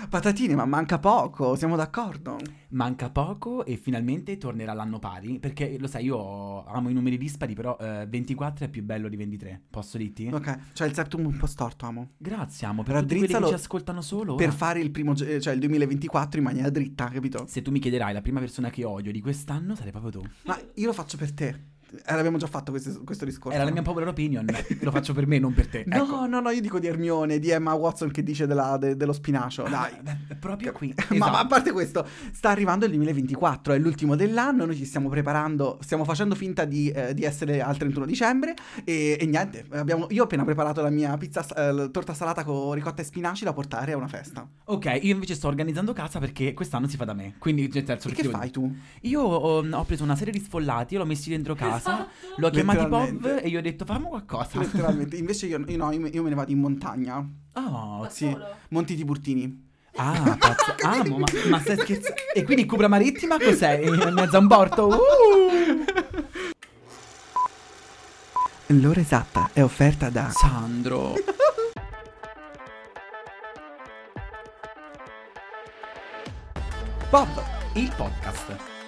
Ah, Patatine, ma manca poco, siamo d'accordo. Manca poco e finalmente tornerà l'anno pari, perché lo sai, io amo i numeri dispari, però eh, 24 è più bello di 23, posso dirti? Ok, cioè il septum un po' storto, amo. Grazie, amo, per tutti quelli Raddrizzalo che ci ascoltano solo. Per ora. fare il primo, ge- cioè il 2024 in maniera dritta, capito? Se tu mi chiederai la prima persona che odio di quest'anno, sarai proprio tu. Ma io lo faccio per te. Eh, l'abbiamo già fatto questo, questo discorso. Era la mia popular opinion, lo faccio per me, non per te. No, ecco. no, no, io dico di Hermione, di Emma Watson che dice della- de- dello Ah, spinacio. Dai. È Eh, proprio qui. Ma, ma a Esatto. parte questo, sta arrivando il 2024, è l'ultimo dell'anno, noi ci stiamo preparando, stiamo facendo finta di, eh, di essere al 31 dicembre e, e niente, abbiamo- io ho appena preparato la mia pizza, s- eh, la torta salata con ricotta e spinaci da portare a una festa. Ok, io invece sto organizzando casa perché quest'anno si fa da me. Quindi, cioè, nel terzo E che fai tu? Io um, ho preso una serie di sfollati, l'ho messi dentro casa, l'ho chiamati Pov Letteralmente. e gli ho detto fammi qualcosa. Letteralmente, invece io, io no, io, me- io me ne vado in montagna, Oh, Da sì. solo? Monti Tiburtini. ah, pazzo, amo, ma, ma stai scherzando? E quindi Cubra Marittima cos'è? In mezzo a un porto? Uh! L'ora esatta è offerta da... Sandro. Pop, il podcast.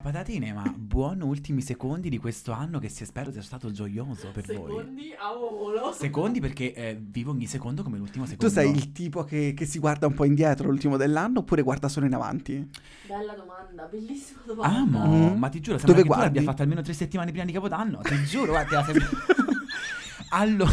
Patatine, ma buon ultimi secondi di questo anno che si spero sia stato gioioso per voi. Secondi a volo. Secondi perché eh, vivo ogni secondo come l'ultimo secondo. tu sei il tipo che, che si guarda un po' indietro l'ultimo dell'anno oppure guarda solo in avanti? Bella domanda, bellissima domanda. Amo, Mm. Ah, ma ti giuro, sembra Dove che tu guardi? abbia fatto almeno tre settimane prima di Capodanno. Ti giuro, guarda, te la sei- Allora,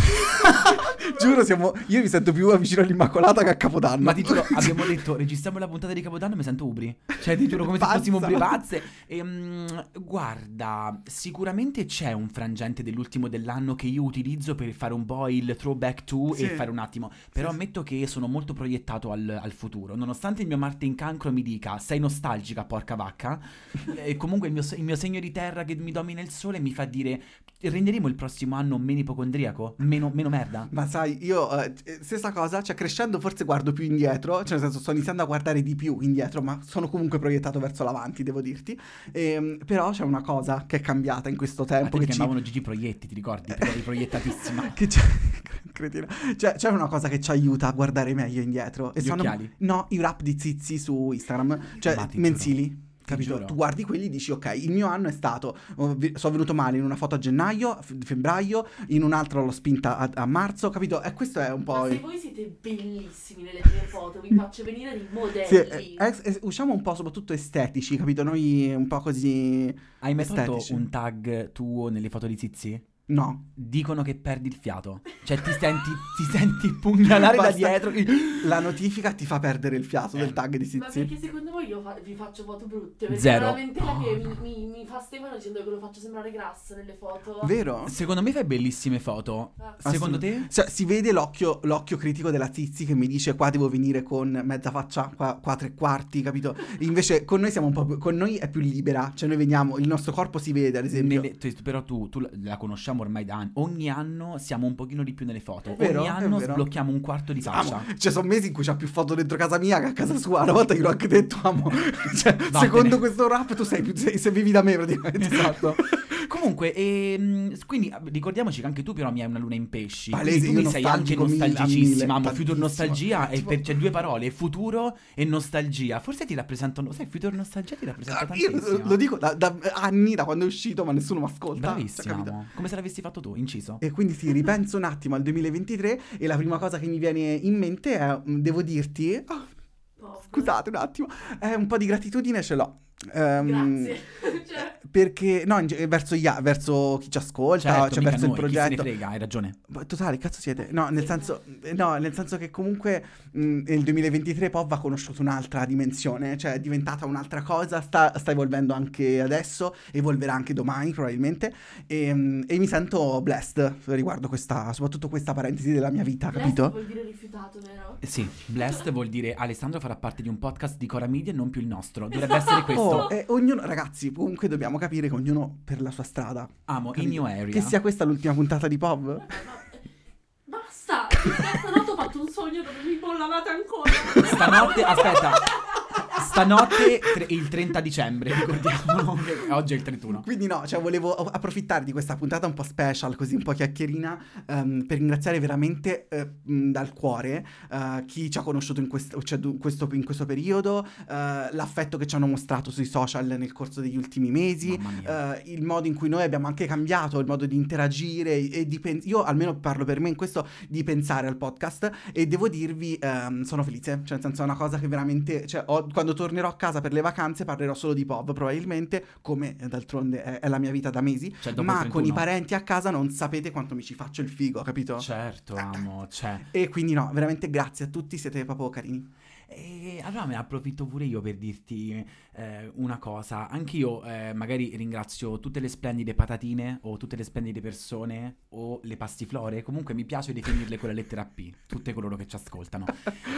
Giuro, siamo, io mi sento più vicino all'Immacolata che a Capodanno. ma ti giuro, abbiamo detto, registriamo la puntata di Capodanno e mi sento ubri. Cioè, ti giuro, come se Pazza. fossimo ubri pazze. Ehm, guarda, sicuramente c'è un frangente dell'ultimo dell'anno che io utilizzo per fare un po' il throwback to Sì. e fare un attimo. Però Sì, sì. ammetto che sono molto proiettato al, al futuro. Nonostante il mio Marte in cancro mi dica, sei nostalgica, porca vacca. e comunque il mio, se- il mio segno di terra che mi domina il sole mi fa dire, renderemo il prossimo anno meno ipocondriaco? Meno, meno merda? Ma sai, io eh, eh, stessa cosa, cioè crescendo forse guardo più indietro, cioè nel senso sto iniziando a guardare di più indietro, ma sono comunque proiettato verso l'avanti, devo dirti. Ehm, però c'è una cosa che è cambiata in questo A tempo te ti che ci chiamavano Gigi Proietti, ti ricordi? Perché eri proiettatissima. che c'è, cretina. Cioè, c'è una cosa che ci aiuta a guardare meglio indietro. E Gli sono, occhiali? No, i rap di zizi su Instagram, Ma cioè ti mensili. Capito? giuro. Tu guardi quelli e dici, ok, il mio anno è stato, oh, vi- sono venuto male in una foto a gennaio, f- febbraio, in un altro l'ho spinta a, a marzo, capito? E questo è un po'... Ma se il- voi siete bellissimi nelle mie foto, vi faccio venire dei modelli. Sì, eh, eh, eh, usciamo un po' soprattutto estetici, capito? Noi un po' così... Hai mai fatto Estetici. un tag tuo nelle foto di Zizi? No. Dicono che perdi il fiato. Cioè, ti senti, ti senti pugnalare da Basta- dietro. La notifica ti fa perdere il fiato del tag di Eh. Ma Sizi. perché secondo voi io fa- vi faccio foto brutte? Perché Zero. la lamentela No, che no. mi, mi, mi fa Stefano dicendo che lo faccio sembrare grasso nelle foto. Vero? Secondo me fai bellissime foto. Ah. Secondo te? Cioè, si vede l'occhio, l'occhio critico della Tizi che mi dice qua devo venire con mezza faccia, qua, qua tre quarti, capito? Invece con noi siamo un po' più, con noi è più libera, cioè noi veniamo, il nostro corpo si vede ad esempio. Nelle- tu- però tu, tu la- la conosciamo ormai da anni. Ogni anno siamo un pochino di più nelle foto. È vero, Ogni è anno vero. sblocchiamo un quarto di faccia. Amo. Cioè, sono mesi in cui c'ha più foto dentro casa mia che a casa sua. Una volta gliel'ho anche detto, amo. Cioè, Vattene. secondo questo rap tu sei, più- sei, sei vivi da me praticamente. Esatto. Comunque, ehm, quindi ah, ricordiamoci che anche tu, però, mi hai una luna in pesci. Palese, Quindi tu io mi sei anche nostalgico mille, a mille, nostalgicissima. Amo future tantissimo. nostalgia. E Tipo- per, c'è due parole: futuro e nostalgia. Forse ti rappresentano. Sai, future nostalgia ti rappresenta Ah, Io Esatto, tantissimo. lo dico da, da anni, da quando è uscito, ma nessuno mi ascolta. Cioè, Bravissimo. capito? amo. Come se l'avessi fatto tu, inciso. E quindi sì, ripenso un attimo al 2023 e la prima cosa che mi viene in mente è, mm, devo dirti, oh, Pop. scusate un attimo, è un po' di gratitudine ce l'ho. ehm, Grazie. cioè, Perché, no, in ge- verso, gli a- verso chi ci ascolta, Certo, cioè mica verso noi, il chi se ne progetto. frega, hai ragione. Ma Totale, cazzo siete? No, nel senso, no, nel senso che comunque mm, mh, il 2023 POV ha conosciuto un'altra dimensione, cioè è diventata un'altra cosa, sta, sta evolvendo anche adesso, evolverà anche domani probabilmente e, mh, e mi sento blessed riguardo questa, soprattutto questa parentesi della mia vita, Lest capito? vuol dire rifiutato, vero? Sì, blessed vuol dire Alessandro farà parte di un podcast di Cora Media e non più il nostro. Dovrebbe essere questo. Oh, e ognuno, ragazzi, comunque dobbiamo capire che ognuno per la sua strada. Amo, in capito? your area. Che sia questa l'ultima puntata di POV? Basta! Stanotte ho fatto un sogno dove mi bollavate ancora. Stanotte, aspetta. Stanotte, tre- il 30 dicembre, ricordiamolo. che Oggi è il 31. Quindi no, cioè volevo approfittare di questa puntata un po' special, così un po' chiacchierina, ehm, per ringraziare veramente eh, mh, dal cuore eh, chi ci ha conosciuto in, quest- cioè, du- questo, in questo periodo, eh, l'affetto che ci hanno mostrato sui social nel corso degli ultimi mesi, Mamma mia. eh, il modo in cui noi abbiamo anche cambiato il modo di interagire e di pen- io almeno parlo per me in questo di pensare al podcast e devo dirvi ehm, sono felice cioè nel senso è una cosa che veramente cioè, ho- quando tornerò a casa per le vacanze parlerò solo di pop probabilmente come eh, d'altronde è, è la mia vita da mesi Cioè, dopo il ma 31. con i parenti a casa non sapete quanto mi ci faccio il figo capito Certo, amo, cioè. e quindi no veramente grazie a tutti siete proprio carini E allora ne approfitto pure io per dirti eh, una cosa. Anch'io eh, magari ringrazio tutte le splendide patatine o tutte le splendide persone o le pastiflore. Comunque mi piace definirle con la lettera P, tutte coloro che ci ascoltano.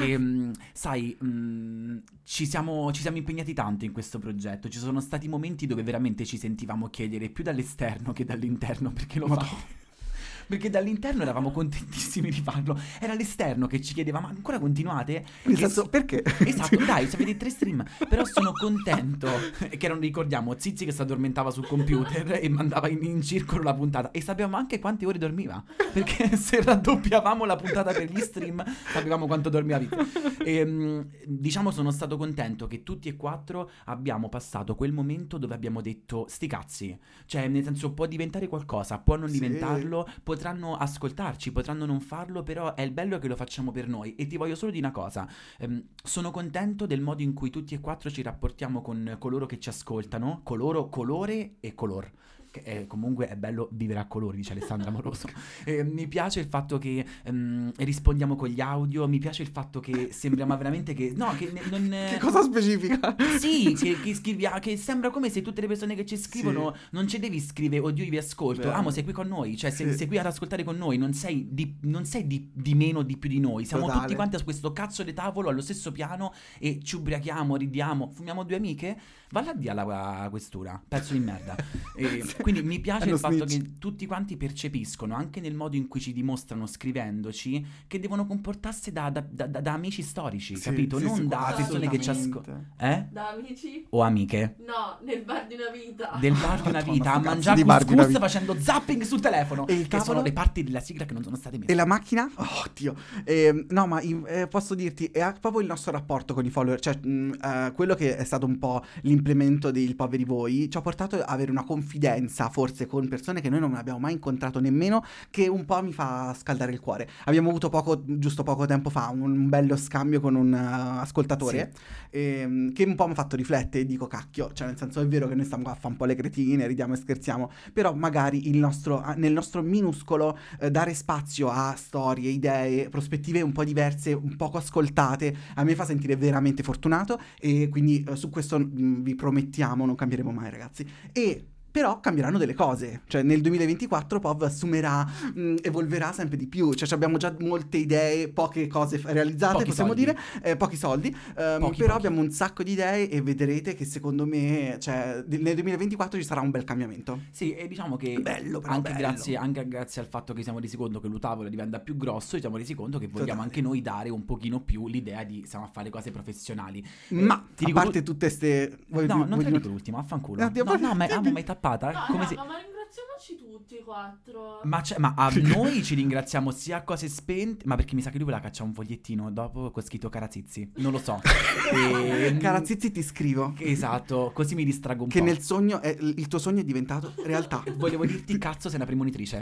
E, mh, sai, mh, ci, siamo, ci siamo impegnati tanto in questo progetto. Ci sono stati momenti dove veramente ci sentivamo chiedere più dall'esterno che dall'interno perché lo fate. Perché dall'interno eravamo contentissimi di farlo. Era all'esterno che ci chiedeva: ma ancora continuate? nel Che senso perché Esatto, dai, se avete tre stream. Però sono contento che erano, ricordiamo, Zizi che si addormentava sul computer e mandava in, in circolo la puntata. E sapevamo anche quante ore dormiva. Perché se raddoppiavamo la puntata per gli stream, sapevamo quanto dormiva Vito. E, mh, diciamo, sono stato contento che tutti e quattro abbiamo passato quel momento dove abbiamo detto: sti cazzi. Cioè, nel senso, può diventare qualcosa, può non Sì. diventarlo, potranno ascoltarci, potranno non farlo, però è il bello che lo facciamo per noi. E ti voglio solo dire una cosa. Ehm, sono contento del modo in cui tutti e quattro ci rapportiamo con coloro che ci ascoltano, coloro, colore e color. Che è- comunque è bello vivere a colori, dice Alessandra Moroso. Eh, mi piace il fatto che ehm, rispondiamo con gli audio, mi piace il fatto che sembriamo veramente che... No, che ne- non... eh, che cosa specifica Sì, che, che scrivia- che sembra come se tutte le persone che ci scrivono non ci devi scrivere, oddio, io vi ascolto. Vero. Amo, sei qui con noi, cioè sei, Sì. sei qui ad ascoltare con noi, non sei di, non sei di, di meno di più di noi. Siamo Totale. tutti quanti a questo cazzo di tavolo allo stesso piano e ci ubriachiamo, ridiamo, fumiamo due amiche. Valla a dia alla questura, pezzo di merda. E Sì. Eh, quindi mi piace È uno il fatto snitch. che tutti quanti percepiscono, anche nel modo in cui ci dimostrano scrivendoci, che devono comportarsi da, da- da- da- da amici storici, Sì, capito? sì, non sì, da persone che ci assolutamente. ascoltano. Eh? Da amici? o amiche No, nel bar di una vita. del bar di una Madonna, vita a sti cazzo mangiare di bar di una couscous vita. facendo zapping sul telefono E il che sono tavolo? le parti della sigla che non sono state messe E la macchina? Oh, Dio. Ehm, no, ma in- eh, posso dirti, è proprio il nostro rapporto con i follower, cioè mh, eh, quello che è stato un po' l'implemento dei poveri voi, ci ha portato ad avere una confidenza forse con persone che noi non abbiamo mai incontrato nemmeno, che un po' mi fa scaldare il cuore. Abbiamo avuto poco, giusto poco tempo fa, un, un bello scambio con un eh, ascoltatore ehm, che un po' mi ha fatto riflettere e dico cacchio, cioè nel senso è vero che noi stiamo qua a fare un po' le cretine, ridiamo e scherziamo, però magari il nostro- nel nostro minuscolo eh, dare spazio a storie, idee, prospettive un po' diverse, un poco ascoltate, a me fa sentire veramente fortunato e quindi eh, su questo mm, vi promettiamo non cambieremo mai ragazzi. E però cambieranno delle cose, cioè nel 2024 POV assumerà, mm, evolverà sempre di più, cioè abbiamo già molte idee, poche cose f- realizzate, Pochi possiamo soldi. dire, eh, pochi soldi, ehm, Pochi, però pochi. abbiamo un sacco di idee e vedrete che secondo me cioè, di- nel 2024 ci sarà un bel cambiamento. sì e diciamo che Bello, però anche bello. grazie, anche grazie al fatto che siamo resi conto che l'utavola diventa più grosso ci siamo resi conto che vogliamo Totale. anche noi dare un pochino più l'idea di stiamo a fare cose professionali Ma Eh, ti a dico- parte tutte queste... vuoi- no non vuoi- te la dico l'ultima affanculo No, Eh, ti- no no ma amo, ma è tappata Eh, eh, No, come raga, se ma ringraziamo Ringraziamoci tutti e quattro. Ma, c'è- ma a noi ci ringraziamo sia a cose spente, ma perché mi sa che lui voleva cacciare un fogliettino dopo con scritto Carazizzi, non lo so. E- Carazzizi ti scrivo. Esatto, così mi distraggo un Che po'. nel sogno, è- il tuo sogno è diventato realtà. Volevo dirti cazzo sei una premonitrice.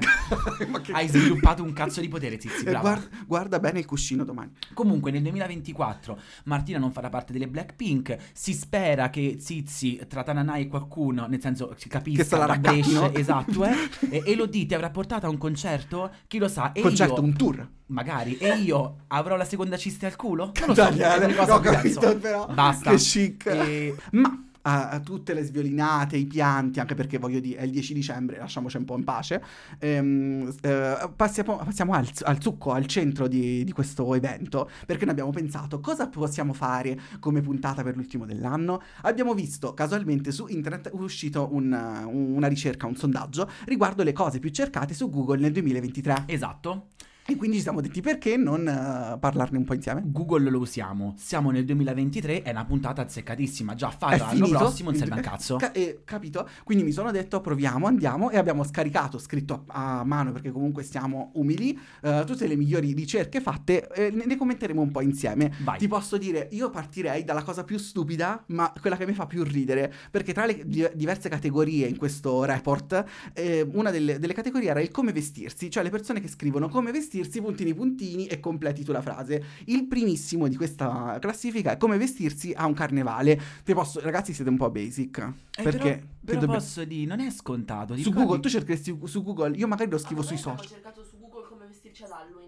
Ma che- Hai sviluppato un cazzo di potere, Eh, Zizi, brava. guarda, guarda bene il cuscino domani. Comunque nel 2024 Martina non farà parte delle Blackpink, si spera che Zizi tra Tananai e qualcuno, nel senso si capisca Che se la da Brescia, raccattino. esatto, eh, e, e lo dite avrà portato a un concerto, chi lo sa, e Concerto, io un tour. magari e io avrò la seconda ciste al culo? Non lo so, è Daniele, una cosa ho che penso. capito però. Basta. Che chic. E- Ma eh, a, a tutte le sviolinate, i pianti, anche perché voglio dire, è il 10 dicembre, lasciamoci un po' in pace. Ehm, s- eh, passiamo passiamo al, al succo, al centro di, di questo evento, perché noi abbiamo pensato cosa possiamo fare come puntata per l'ultimo dell'anno. Abbiamo visto casualmente su internet è uscito un, eh, una ricerca, un sondaggio riguardo le cose più cercate su Google nel 2023. Esatto, E quindi ci siamo detti perché non eh, parlarne un po' insieme. Google lo usiamo. Siamo nel 2023, è una puntata azzeccatissima. Già È farlo l'anno finito? Ah, prossimo, non serve un cazzo. Ca- eh, capito? Quindi mi sono detto proviamo, andiamo e abbiamo scaricato, scritto a, a mano perché comunque siamo umili, eh, tutte le migliori ricerche fatte, eh, ne, ne commenteremo un po' insieme. Vai. Ti posso dire, io partirei dalla cosa più stupida, ma quella che mi fa più ridere, perché tra le di- diverse categorie in questo report, eh, una delle, delle categorie era il come vestirsi, cioè le persone che scrivono come vestirsi, puntini puntini e completi tu la frase. Il primissimo di questa classifica è come vestirsi a un carnevale. Te posso, ragazzi, siete un po' basic. Eh, perché però, che però dobbiamo- posso dire, non è scontato. ti su ricordi- Google, tu cercheresti su Google, io magari lo scrivo Ah, ma sui noi abbiamo social. cercato su Google come vestirci ad Halloween.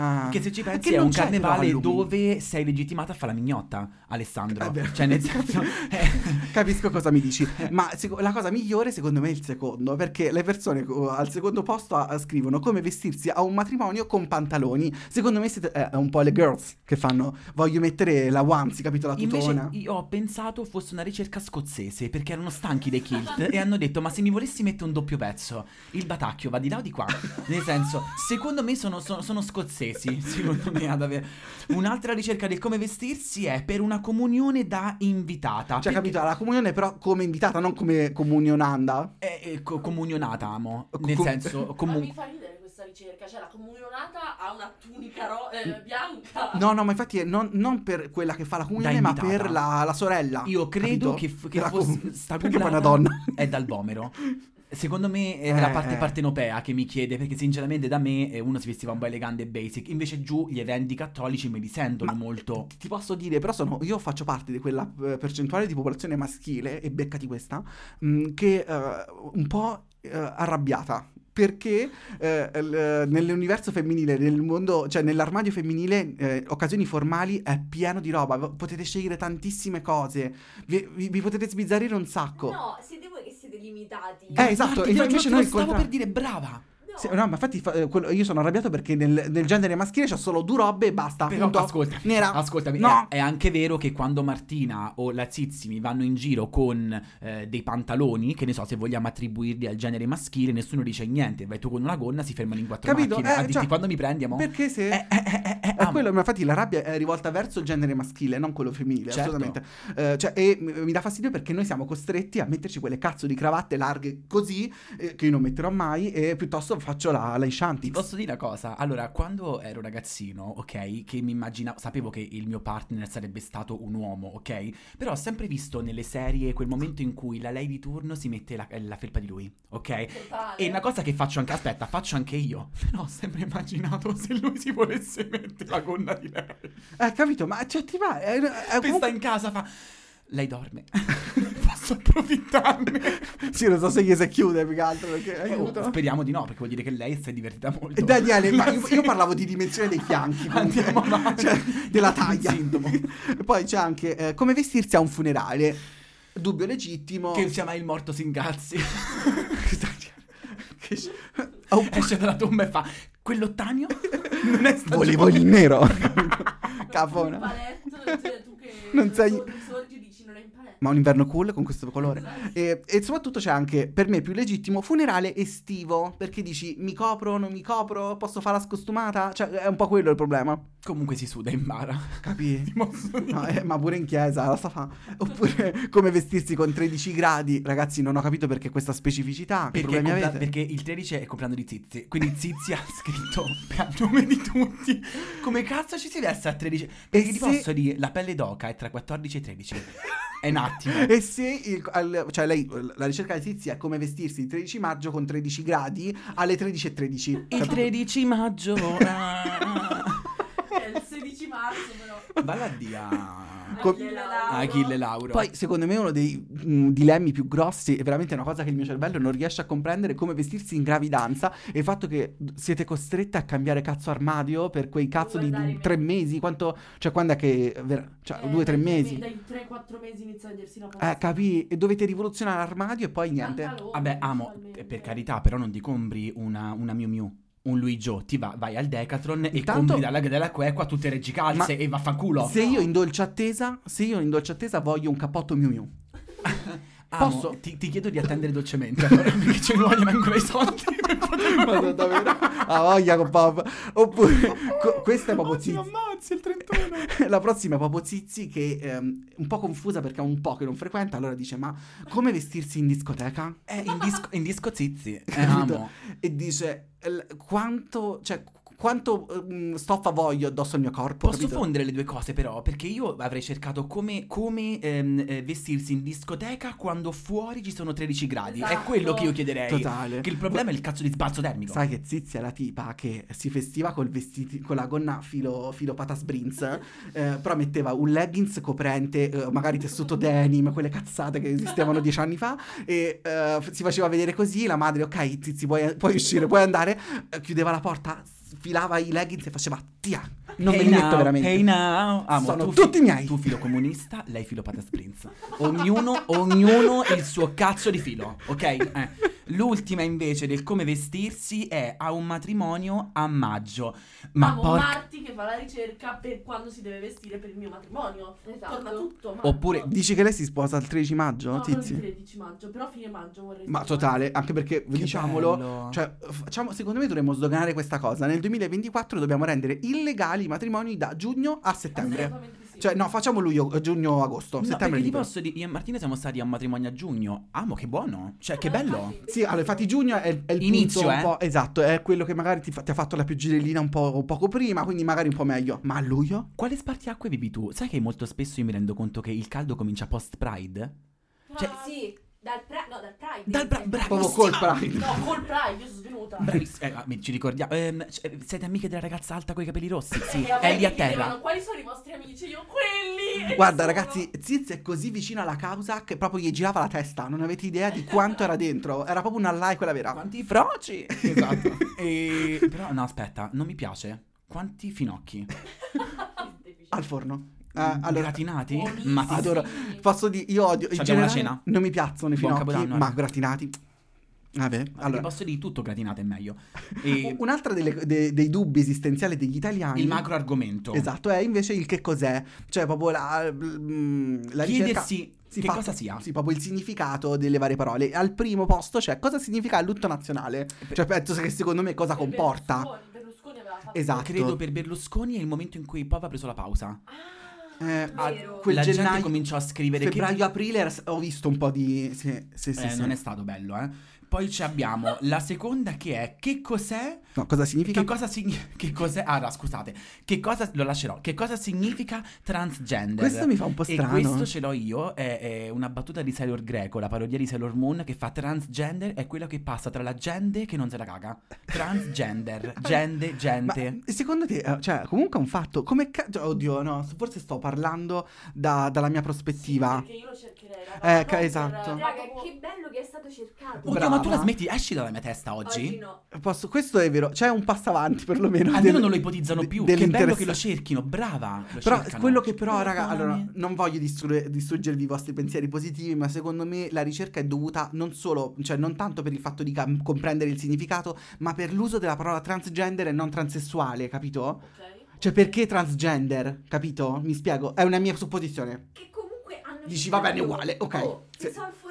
Ah. Che se ci pensi Che è non un c'è però carnevale Halloween. dove sei legittimata a fare la mignotta, Alessandro. Eh beh. Cioè, nel senso. eh, Capisco cosa mi dici, ma seco- la cosa migliore secondo me è il secondo, perché le persone co- al secondo posto ah, scrivono come vestirsi a un matrimonio con pantaloni. Secondo me siete eh, è un po' le girls che fanno voglio mettere la onesie, capito la tutona. Invece io ho pensato fosse una ricerca scozzese perché erano stanchi dei kilt e hanno detto ma se mi volessi mettere un doppio pezzo il batacchio va di là o di qua nel senso secondo me sono, sono- sono scozzesi secondo me ad avere un'altra ricerca del come vestirsi è per una comunione da invitata Cioè, Perché- capito, alla comunione però come invitata, non come comunionanda. è, è co- comunionata amo nel Com- senso Ma mi comunque fa ridere questa ricerca. Cioè, la comunionata ha una tunica ro- eh, bianca. No, no, ma infatti è non, non per quella che fa la comunione, Da ma invitata. per la, la sorella. io credo Ah, capito? che, f- che La fosse comu- sta perché poi è una cullata donna. è dal vomero Secondo me è la Eh, parte eh. partenopea che mi chiede, perché sinceramente da me eh, uno si vestiva un po' elegante e basic, invece giù gli eventi cattolici me li sentono Ma- molto... Ti- Ti posso dire, però sono, io faccio parte di quella eh, percentuale di popolazione maschile, e beccati questa, mh, che eh, un po' eh, arrabbiata. Perché eh, l- nell'universo femminile, nel mondo, cioè nell'armadio femminile, eh, occasioni formali è pieno di roba. v- Potete scegliere tantissime cose. Vi, vi- vi potete sbizzarrire un sacco. No, siete voi che siete limitati. ecco. Eh, esatto, Marti, e te lo invece giuro, noi te lo il stavo contra- per dire brava, No. Sì, no, ma infatti fa- eh, quello- io sono arrabbiato perché nel, nel genere maschile c'ho solo due robe e basta. però punto. ascoltami, Nera. ascoltami, No. è, è anche vero che quando Martina o la Zizi mi vanno in giro con eh, dei pantaloni, che ne so se vogliamo attribuirli al genere maschile, nessuno dice niente, vai tu con una gonna, si fermano in quattro Capito? macchine, a Eh, dirti cioè, quando mi prendi, amo? Perché se... Eh, eh, eh, eh, eh, È amo. quello, ma infatti la rabbia è rivolta verso il genere maschile, non quello femminile, Certo. assolutamente. Eh, cioè, e mi, mi dà fastidio perché noi siamo costretti a metterci quelle cazzo di cravatte larghe così, eh, che io non metterò mai, e piuttosto faccio la, la Ti Ishanti. posso dire una cosa? Allora, quando ero ragazzino, ok, che mi immaginavo, sapevo che il mio partner sarebbe stato un uomo, ok? Però ho sempre visto nelle serie quel momento in cui la lei di turno si mette la, eh, la felpa di lui, ok? Totale. E una cosa che faccio anche, aspetta, faccio anche io. Però ho sempre immaginato se lui si volesse mettere la gonna di lei. Eh, capito? Ma cioè, ti va... È, è Poi sta comunque- in casa, fa... Lei dorme. Posso approfittarne. Sì, non so se gli si chiude più che altro, perché... Eh, oh, aiuto. speriamo di no, perché vuol dire che lei si è divertita molto. E Daniele, ma La io, io sera- parlavo di dimensione dei fianchi, comunque. Andiamo avanti. Cioè, della taglia. Sintomo. E Poi c'è anche eh, come vestirsi a un funerale. Dubbio legittimo. Che sia mai il morto si incazzi. Che- Oh, Esce dalla tomba e fa quell'ottanio non è stato Volevo il nero. Proprio un Cafona. paletto, cioè, tu che Non non sai- sei... sorgi dici non era in palestra. Ma un inverno cool con questo colore. E, e soprattutto c'è anche, per me più legittimo, funerale estivo. Perché dici mi copro, non mi copro, posso fare la scostumata? Cioè, è un po' quello il problema. Comunque si suda in bara. Capì? Posso dire. No, eh, ma pure in chiesa la sta fa. Oppure come vestirsi con 13 gradi. Ragazzi, non ho capito perché questa specificità. Che Perché, problemi compla- avete? perché il 13 è il compleanno di Zizi. Quindi Zizi ha scritto a nome di tutti. Come cazzo ci si veste a 13? Perché ti se- posso dire, la pelle d'oca è tra 14 e 13. È un attimo. E se Eh il- al- cioè lei, la ricerca di Tizia è come vestirsi il 13 maggio con 13 gradi alle 13.13. Il 13 maggio. È il 16 marzo però. Balla di a Com- Ah, Achille a Lauro. Achille Lauro. Poi, secondo me, uno dei mm, dilemmi più grossi, è veramente una cosa che il mio cervello non riesce a comprendere, è come vestirsi in gravidanza e il fatto che siete costrette a cambiare cazzo armadio per quei cazzo di Guardare i tre mesi, quanto, cioè quando è che, ver- cioè Eh, due o tre dai, mesi, Dai 3-4 mesi inizia a vedersi la eh, capì? E dovete rivoluzionare l'armadio e poi niente. Pantaloni, Vabbè, amo, principalmente. eh, per carità, però non ti compri una, una Miu Miu. Un Luigio, ti va- vai al Decathlon e Intanto- compri dalla, dalla Quequa tutte le Ma- calze e vaffanculo. Se io in dolce attesa, se io in dolce attesa voglio un cappotto Miu Miu. Amo, Posso? Ti, ti chiedo di attendere dolcemente allora, perché ci vogliono ancora i soldi per poter Madonna, davvero? Ah, voglia con Bob. Oppure, co- questa è proprio Oggi Zizi. ammazzi il 31 La prossima è Popo Zizi che ehm, è un po' confusa perché è un po' che non frequenta, allora dice ma come vestirsi in discoteca? eh, in, disco, in disco zizi eh, Capito? amo E dice "L- quanto, cioè, qu- quanto ehm, stoffa voglio addosso al mio corpo? Posso capito? fondere le due cose però perché io avrei cercato come, come, ehm, eh, vestirsi in discoteca quando fuori ci sono 13 gradi è Esatto. quello che io chiederei Totale. che il problema è il cazzo di sbalzo termico Sai che Zizia è la tipa che si festiva col vestiti, con la gonna filo, filo patas brins, eh, però metteva un leggings coprente, eh, magari tessuto denim, quelle cazzate che esistevano dieci anni fa, e eh, si faceva vedere così, la madre, ok Zizi puoi, puoi uscire, puoi andare, eh, chiudeva la porta, sfilava i leggings e faceva, tia, non Hey me li metto now, veramente. hey now. Amo, Sono tu tutti miei. Tu filo comunista, lei filo patas prince. Ognuno, ognuno il suo cazzo di filo, ok? Eh. L'ultima invece del come vestirsi è a un matrimonio a maggio. Ma Amo porca... Marti che fa la ricerca per quando si deve vestire per il mio matrimonio. Esatto. Torna tutto. Marco. Oppure- Dici che lei si sposa il 13 maggio, No, non il Zizi? 13 maggio, però fine maggio vorrei Ma sposarmi. totale, anche perché Che diciamolo, bello. Cioè, facciamo, secondo me dovremmo sdoganare questa cosa. Nel 2024 dobbiamo rendere illegali i matrimoni da giugno a settembre. Assolutamente sì. Cioè, no, facciamo luglio, giugno, agosto. No, settembre perché ti libero. posso dire, io e Martina siamo stati a un matrimonio a giugno. Amo, che buono. Cioè, che Ma bello. Ah, infatti- Sì, allora, infatti giugno è, è il Inizio, punto un eh. po'- Esatto, è quello che magari ti, fa- ti ha fatto la più girellina un po' poco prima, quindi magari un po' meglio. Ma a luglio? Quale spartiacque vivi tu? Sai che molto spesso io mi rendo conto che il caldo comincia post Pride? Cioè- Ah, sì. Sì, dal, pra- no, dal Pride. Dal bra- Proprio bravissima. col Pride. No, col Pride, io sono svenuta. Braviss- eh, ma mi- ci ricordiamo. Ehm, c- eh, siete amiche della ragazza alta con i capelli rossi? Sì, E a me è lì a Eh, mi terra. chiedevano, Quali sono i vostri amici? Io quelli. e Guarda, nessuno. ragazzi, Ziz è così vicino alla causa che proprio gli girava la testa. Non avete idea di quanto era dentro. Era proprio una like quella vera. Quanti froci! Esatto. e... Però no, aspetta, non mi piace. Quanti finocchi? Al forno. Eh, allora, Gratinati? Buonissimi. Ma ti... Adoro. Posso dire, io odio. in abbiamo la generale cena? Non mi piacciono i Buon finocchi, Capodanno, eh. ma allora. gratinati. Vabbè, Allora. allora. Posso dire tutto gratinato è meglio. E Un'altra delle- de- dei dubbi esistenziali degli italiani. il macro argomento. Esatto, è invece il che cos'è. Cioè, proprio la. mm, la ricerca- Chiedersi si che fa- cosa sia. Sì, proprio il significato delle varie parole. Al primo posto c'è cosa significa il lutto nazionale. Eh, Cioè, penso che secondo me cosa Per comporta. Berlusconi, Berlusconi aveva fatto. Esatto. Credo per Berlusconi è il momento in cui Papa ha preso la pausa. Ah, Eh, Ah, a- vero. quel la gente gennaio, cominciò a scrivere che- febbraio-aprile era- ho visto un po' di. Sì, sì, sì. Eh, sì. non è stato bello, eh. Poi ci abbiamo la seconda che è che cos'è No, cosa significa? Che cosa significa? Che cos'è? Ah, no, scusate. Che cosa lo lascerò? Che cosa significa transgender? Questo mi fa un po' e strano. questo ce l'ho io, è, è una battuta di Sailor Greco, la parodia di Sailor Moon che fa transgender è quella che passa tra la gente che non se la caga. Transgender, gente, Ma gente. secondo te, eh, cioè, comunque è un fatto, come ca- cioè, oddio, no, forse sto parlando da- dalla mia prospettiva. Perché io lo cercherei. raga, Eh, non ca- per- esatto. Raga, che bello che è stato cercato. Oddio, ma tu brava. la smetti, esci dalla mia testa oggi? Oggi no. Posso- questo è vero, c'è un passo avanti perlomeno. Almeno del- non lo ipotizzano de- più. Che dell'interessa- bello che lo cerchino, brava. che lo Però cercano. quello che però, Perdonami. raga, allora, non voglio distrugge- distruggervi i vostri pensieri positivi, ma secondo me la ricerca è dovuta non solo, cioè non tanto per il fatto di cam- comprendere il significato, ma per l'uso della parola transgender e non transessuale, capito? Ok. Cioè perché transgender, capito? Mi spiego, è una mia supposizione. Che comunque hanno Dici, va bene, uguale, ok. Oh, Sì. si sono formati.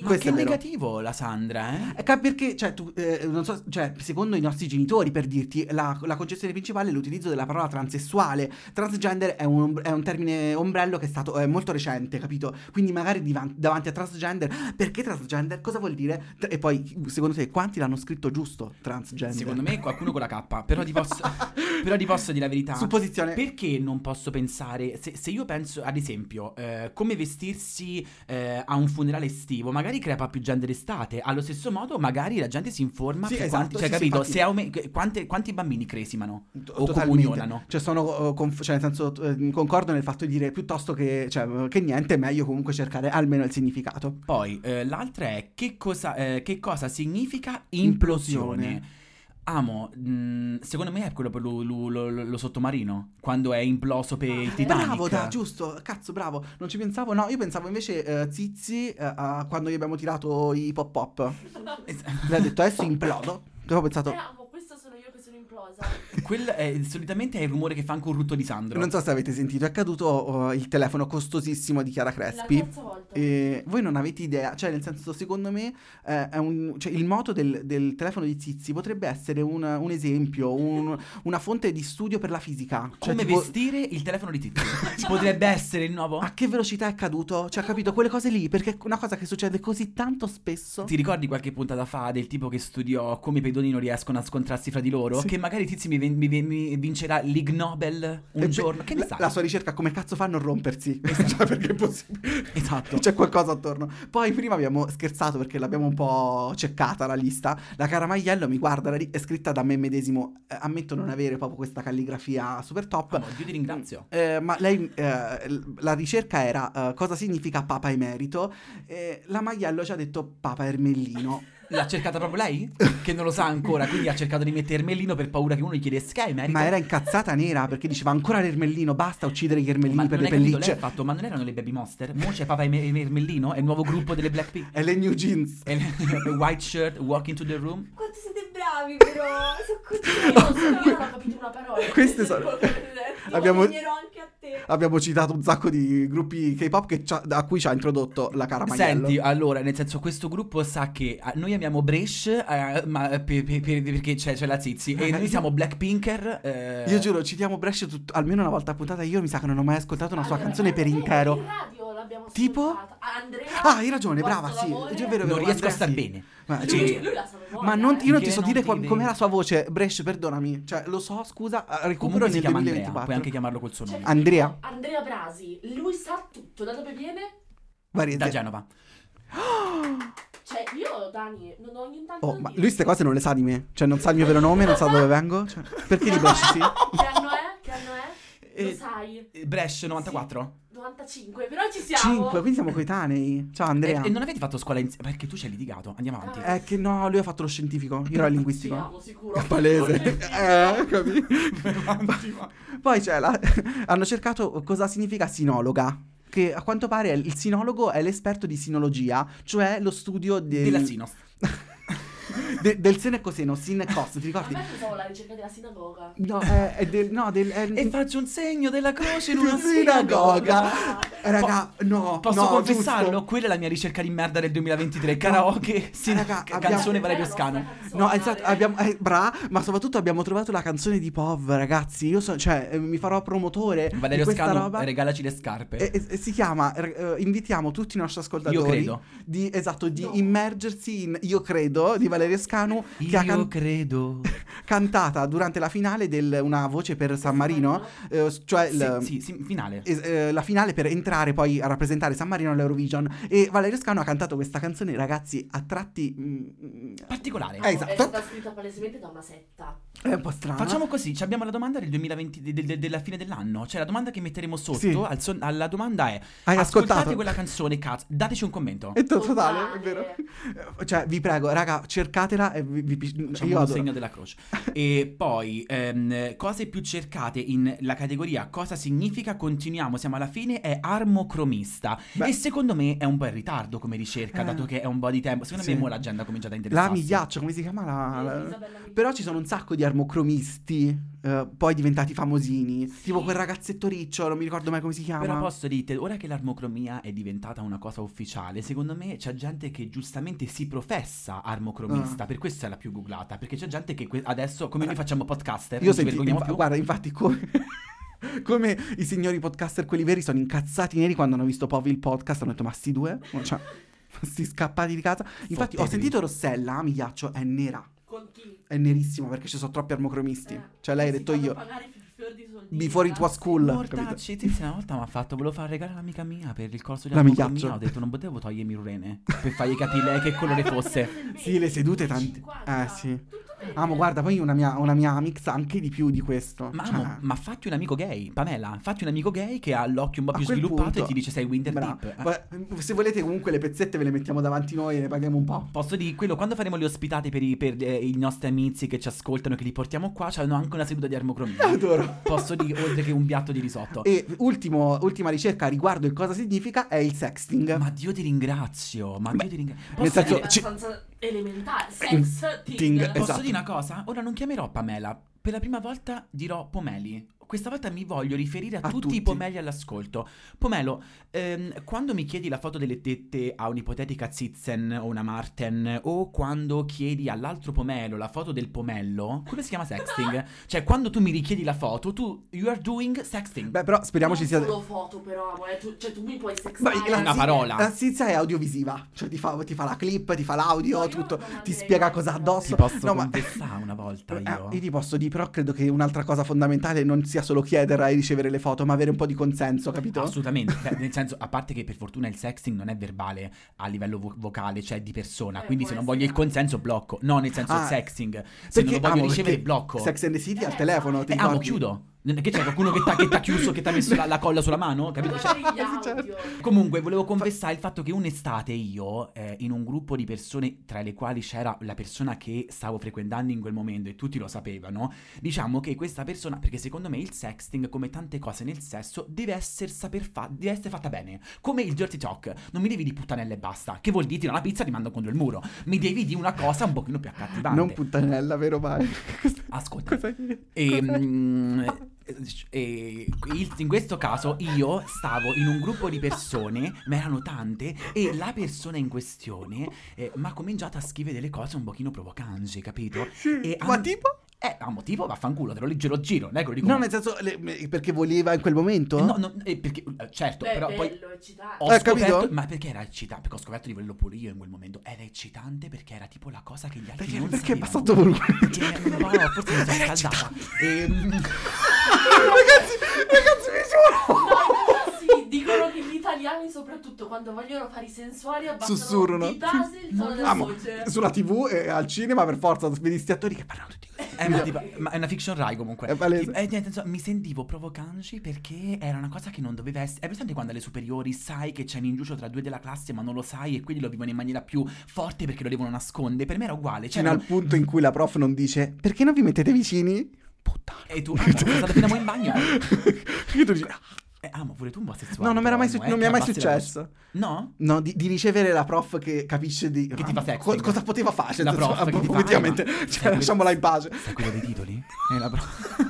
Ma Questo che è vero. negativo la Sandra, eh? Eh, cap- Perché, cioè, tu, eh, non so, cioè, secondo i nostri genitori, per dirti, la, la concezione principale è l'utilizzo della parola transessuale. Transgender è un, è un termine ombrello che è stato è molto recente, capito? Quindi magari divan- davanti a transgender, perché transgender? Cosa vuol dire? Tra- E poi, secondo te, quanti l'hanno scritto giusto transgender? Secondo me qualcuno con la K, però ti posso, però ti posso dire la verità. Supposizione. Perché non posso pensare, se, se io penso ad esempio eh, come vestirsi eh, a un funerale estivo, magari crepa più gente d'estate, allo stesso modo magari la gente si informa Sì, per esatto, quanti, sì, cioè sì, capito, infatti. se aume- che- quante- quanti bambini cresimano T- o totalmente. comunionano. Cioè, sono eh, conf- cioè, nel senso, eh, concordo nel fatto di dire piuttosto che, cioè, che niente, è meglio comunque cercare almeno il significato. Poi eh, l'altra è che cosa, eh, che cosa significa implosione. Implosione. Amo, mh, secondo me è quello per lo, lo- lo- lo sottomarino, quando è imploso per il Ah, Titanic. Bravo, da, giusto, cazzo, bravo. Non ci pensavo, no, io pensavo invece eh, Zizi eh, a quando gli abbiamo tirato i pop pop. Es- Le ha detto adesso implodo. Dopo ho pensato, Bravo, Eh, questo sono io che sono implosa. Eh, Quel è- solitamente è il rumore che fa anche un rutto di Sandro. non so se avete sentito, è caduto eh, il telefono costosissimo di Chiara La Crespi. terza volta. E voi non avete idea, cioè nel senso secondo me eh, è un- cioè, il moto del, del telefono di Zizi potrebbe essere un, un esempio, un- una fonte di studio per la fisica. Cioè, Come tipo, Cioè, ah, vestire il telefono di Tizio. Potrebbe essere il nuovo. a che velocità è caduto? Cioè capito quelle cose lì, perché è una cosa che succede così tanto spesso. Ti ricordi qualche puntata fa del tipo che studiò come i pedoni non riescono a scontrarsi fra di loro? Sì. Che magari Tizio mi, ven- mi ven- mi vincerà l'Ig Nobel un E beh, giorno. Che ne la, sai? la sua ricerca come cazzo fa a non rompersi? cioè, perché è possibile? Esatto. C'è qualcosa attorno. Poi prima abbiamo scherzato perché l'abbiamo un po' ceccata la lista. La cara Maiello mi guarda, la ri- è scritta da me medesimo. Eh, ammetto non avere proprio questa calligrafia super top. Amo, Dio ti ringrazio. Eh, ma lei, eh, l- la ricerca era eh, cosa significa Papa Emerito. Eh, la Maiello ci ha detto Papa Ermellino. L'ha cercata proprio lei? Che non lo sa ancora, quindi ha cercato di mettere Ermellino per paura che uno gli chiedesse che hai merito. ma era incazzata nera perché diceva ancora l'Ermellino, basta uccidere gli Ermellini Ma per non le hai capito, lei ha pellicce. fatto, ma non erano le Baby Monster? Mo c'è Papa e Me- e Ermellino? È il nuovo gruppo delle Blackpink? È le New Jeans. E le- White shirt, walk into the room. Quanto siete bravi, però. Sono Io non, so, contenta. io non ho capito una parola. Queste sono- Lo Abbiamo- insegnerò anche a te. Abbiamo citato un sacco di gruppi K-pop che c'ha- a cui ci ha introdotto la cara Maiello. Senti, allora, nel senso, questo gruppo sa che eh, noi amiamo Bresh, eh, ma pe- pe- pe- perché c'è, c'è la Zizi, e noi siamo Blackpinker. eh, Io giuro, citiamo Brescia tut- almeno una volta a puntata. Io mi sa che non ho mai ascoltato una sua Allora, canzone per eh, intero. In radio l'abbiamo Tipo? ascoltata. Andrea. Ah, hai ragione, brava, Quanto sì. l'amore. È vero, è vero, Non riesco Andrea, a star sì. bene. Ma, Lui, cioè, Sì. lui la sa memoria, eh. ma non, io non ti Che so non dire ti qual- vedi. com'è la sua voce. Brescia, perdonami. Cioè, lo so, scusa, eh, recupero Comunque si nel chiama Andrea, 2024. puoi anche chiamarlo col suo Cioè, nome. Andrea? Andrea Brasi, lui sa tutto, da dove viene? Varietà. Da Genova. Cioè, io, Dani, non ho ogni tanto Oh, da ma lui dire. queste cose non le sa di me. Cioè, non sa il mio vero nome, non sa dove vengo. Cioè, perché di Brescia, sì? Che anno è? Che anno è? Lo Eh, sai, eh, Bresh 94? 95, però ci siamo. 5, quindi siamo coetanei. Ciao, E, Andrea. e Eh, non avete fatto scuola insieme? Perché tu ci hai litigato. Andiamo avanti. Ah. È che no, lui ha fatto lo scientifico. Io ero il Ci linguistico. siamo, sicuro. Palese. Eh, capito? Avanti, va. Poi c'è la- hanno cercato cosa significa sinologa. Che a quanto pare è- il sinologo è l'esperto di sinologia, cioè lo studio del, Della Sinos. de- del seno e coseno, sin e cos, ti A ricordi? me pensavo alla ricerca della sinagoga. eh, No, è, è del. No, del. eh, È, E faccio un segno della croce in di una sinagoga. sinagoga. Raga, no. Posso no, confessarlo? giusto. Quella è la mia ricerca di merda del 2023. Karaoke, sì, Raga, ca- abbiamo- canzone Valerio Era la nostra Scano. canzone, No, esatto, Ale. abbiamo, eh, bra, ma soprattutto abbiamo trovato la canzone di Pov, ragazzi. Io so, cioè, eh, mi farò promotore Valerio di questa Scano, roba. regalaci le scarpe. E- e- e si chiama, eh, invitiamo tutti i nostri ascoltatori Io credo. di, esatto, di No. immergersi in Io credo di Valerio Scanu che ha can- credo. cantata durante la finale del Una voce per San Marino, eh, s- cioè sì, il- sì, sì, finale. es- eh, la finale per entrare poi a rappresentare San Marino all'Eurovision e Valerio Scanu ha cantato questa canzone ragazzi a tratti mm, mm, Particolare. Eh, ah. esatto. È stata scritta palesemente da una setta. è un po' strana. Facciamo così, ci abbiamo la domanda del 2020, de- de- della fine dell'anno. Cioè, la domanda che metteremo sotto Sì. al son- alla domanda è: Hai Ascoltate ascoltato? Eh, quella canzone, cazzo. Dateci un commento. È to- totale, è Totale. vero. Eh, Cioè, vi prego, raga, cercatela e vi, vi Facciamo io un adoro. segno della croce. e poi, ehm, cose più cercate in la categoria cosa significa, continuiamo, siamo alla fine, è armocromista. Beh. E secondo me è un po' in ritardo come ricerca, Eh. dato che è un po' di tempo. Secondo Sì. me mo l'agenda comincia a interessarsi. Ah, La migliaccio, come si chiama la- la... Isabella Migliaccio. Però ci sono un sacco di armocromisti. eh, poi diventati famosini. Tipo quel ragazzetto riccio, non mi ricordo mai come si chiama. Però posso dirti, ora che l'armocromia è diventata una cosa ufficiale, secondo me c'è gente che giustamente si professa armocromista, Ah. per questo è la più googlata, perché c'è gente che que- adesso, come noi facciamo podcaster, Io non ci senti, vergogniamo infa- più. guarda, infatti come... Come i signori podcaster, quelli veri, sono incazzati neri quando hanno visto Povi il podcast. Hanno detto: Ma sti due, ma cioè, ma sti scappati di casa. Infatti, ho Fottetevi. sentito Rossella, migliaccio, è nera. Con chi? È nerissima perché ci sono troppi armocromisti. Eh, cioè, lei ha si detto fanno io. pagare fi- fior di soldini, eh? Before it was ragazzi. cool. capito? eh, Mortacci, sì, sì, una volta mi ha fatto, volevo far regalare all'amica mia per il corso di La armocromia, migliaccio. ho detto non potevo togliermi il rene per fargli capire lei che Eh, colore fosse. Sì, le sedute tante- 50. eh, sì. Tutto bene. Ah, ma guarda, poi una mia, una mia mix anche di più di questo. Ma, Cioè, amo, ma fatti un amico gay, Pamela, fatti un amico gay che ha l'occhio un po' a più quel sviluppato punto- e ti dice sei Winter Bra- Deep. Eh, Poi, mm, Se volete, comunque, le pezzette ve le mettiamo davanti noi e ne paghiamo un po'. Posso dire quello, quando faremo le ospitate per, i, per, eh, i nostri amici che ci ascoltano, che li portiamo qua, c'hanno anche una seduta di armocromia. Adoro. Posso dire, oltre che un piatto di risotto. E ultimo- ultima ricerca riguardo il cosa significa è il sexting. Ma Dio ti ringrazio, ma Beh, Dio ti ringrazio. nel Posso, senso- dire, ci- abbastanza elementare. Sex Ting, ting. esatto. posso dire una cosa? Ora non chiamerò Pamela, per la prima volta dirò Pomeli. Questa volta mi voglio riferire a, A tutti, tutti. i Pomeli all'ascolto. Pomelo, ehm, quando mi chiedi la foto delle tette a un'ipotetica Zitzen o una Marten, o quando chiedi all'altro Pomelo la foto del pomello, quello si chiama sexting. cioè, quando tu mi richiedi la foto, tu, you are doing sexting. Beh, però speriamo ci sia. Non solo foto però, amore, tu- cioè tu mi puoi sextare. Vai, una sì, eh, parola. La tizia è audiovisiva, cioè ti fa, ti fa la clip, ti fa l'audio, No, io tutto, non domanderei ti spiega cosa ha questo. addosso. Ti posso no, ma confessare una volta Eh, io. io ti posso dire, però credo che un'altra cosa fondamentale non sia solo chiedere e ricevere le foto, ma avere un po' di consenso, capito? Assolutamente, Beh, nel senso, a parte che per fortuna il sexting non è verbale a livello vo- vocale, cioè di persona, Eh, quindi può se non essere voglio il anche. consenso blocco, no nel senso Ah, sexting, se non lo voglio amo, ricevere perché blocco, Sex and the City al Eh, telefono, ti eh, amo, ricordi? chiudo, Non- che c'è qualcuno che t'ha che t'ha chiuso, che t'ha messo la, la colla sulla mano, capito? Cioè, Magari gli Sì, certo. audio. Comunque, volevo confessare il fatto che un'estate io, eh, in un gruppo di persone, tra le quali c'era la persona che stavo frequentando in quel momento e tutti lo sapevano, diciamo che questa persona, perché secondo me il sexting, come tante cose nel sesso, deve essere, saper fa- deve essere fatta bene. Come il dirty talk, non mi devi di puttanelle e basta. Che vuol dire tira una pizza e ti mando contro il muro. Mi devi di una cosa un pochino più accattivante. Non puttanella, vero Mai? Ascolta. Cosa dire? E, Cos'è? mm, e il- in questo caso io stavo in un gruppo di persone, ma erano tante, e la persona in questione eh, mi ha cominciato a scrivere delle cose un pochino provocanti, capito? Sì, e ma an- tipo? Eh, a motivo vaffanculo, te lo leggo, lo giro, non è che lo dico. No, nel senso, le- perché voleva in quel momento? No, no, eh, perché, eh, certo, Beh, però poi... bello, eccitante. Ho Eh, scoperto, capito? ma perché era eccitante? Perché ho scoperto di quello pure io in quel momento. Era eccitante perché era tipo la cosa che gli altri Perché, non perché è sapevano. passato volume? Perché, non lo so, forse mi sono scaldata. Ehm, ragazzi, ragazzi, vi giuro! Sì, dicono che gli italiani soprattutto quando vogliono fare i sensuali abbassano Sussurrano. di base il tono della Amo, voce. sulla tv e al cinema per forza vedi sti attori che parlano tutti così. Eh, ma, tipo- ma è una fiction rai comunque. È palese. Tipo, eh, nel senso, mi sentivo provocanci perché era una cosa che non doveva essere. È presente quando alle superiori sai che c'è un ingiucio tra due della classe, ma non lo sai, e quindi lo vivono in maniera più forte perché lo devono nascondere. Per me era uguale. Cioè, Fino al non- punto in cui la prof non dice perché non vi mettete vicini? Puttana. E tu, ah, ma sei stato fino a mo' in bagno. Io ti dico, Eh, ah, ma pure tu un po' sessuale. no, non, mi era mai però, suc- eh, non mi è che mai abbassi la voce. successo. No? No, di, di ricevere la prof che capisce di... Che ti fa sexting. co- cosa poteva fare? Cioè, La nel senso, prof che ti fa, effettivamente, eh, ma- cioè, Sai quel- lasciamola in pace. Sai quello dei titoli? È la pro-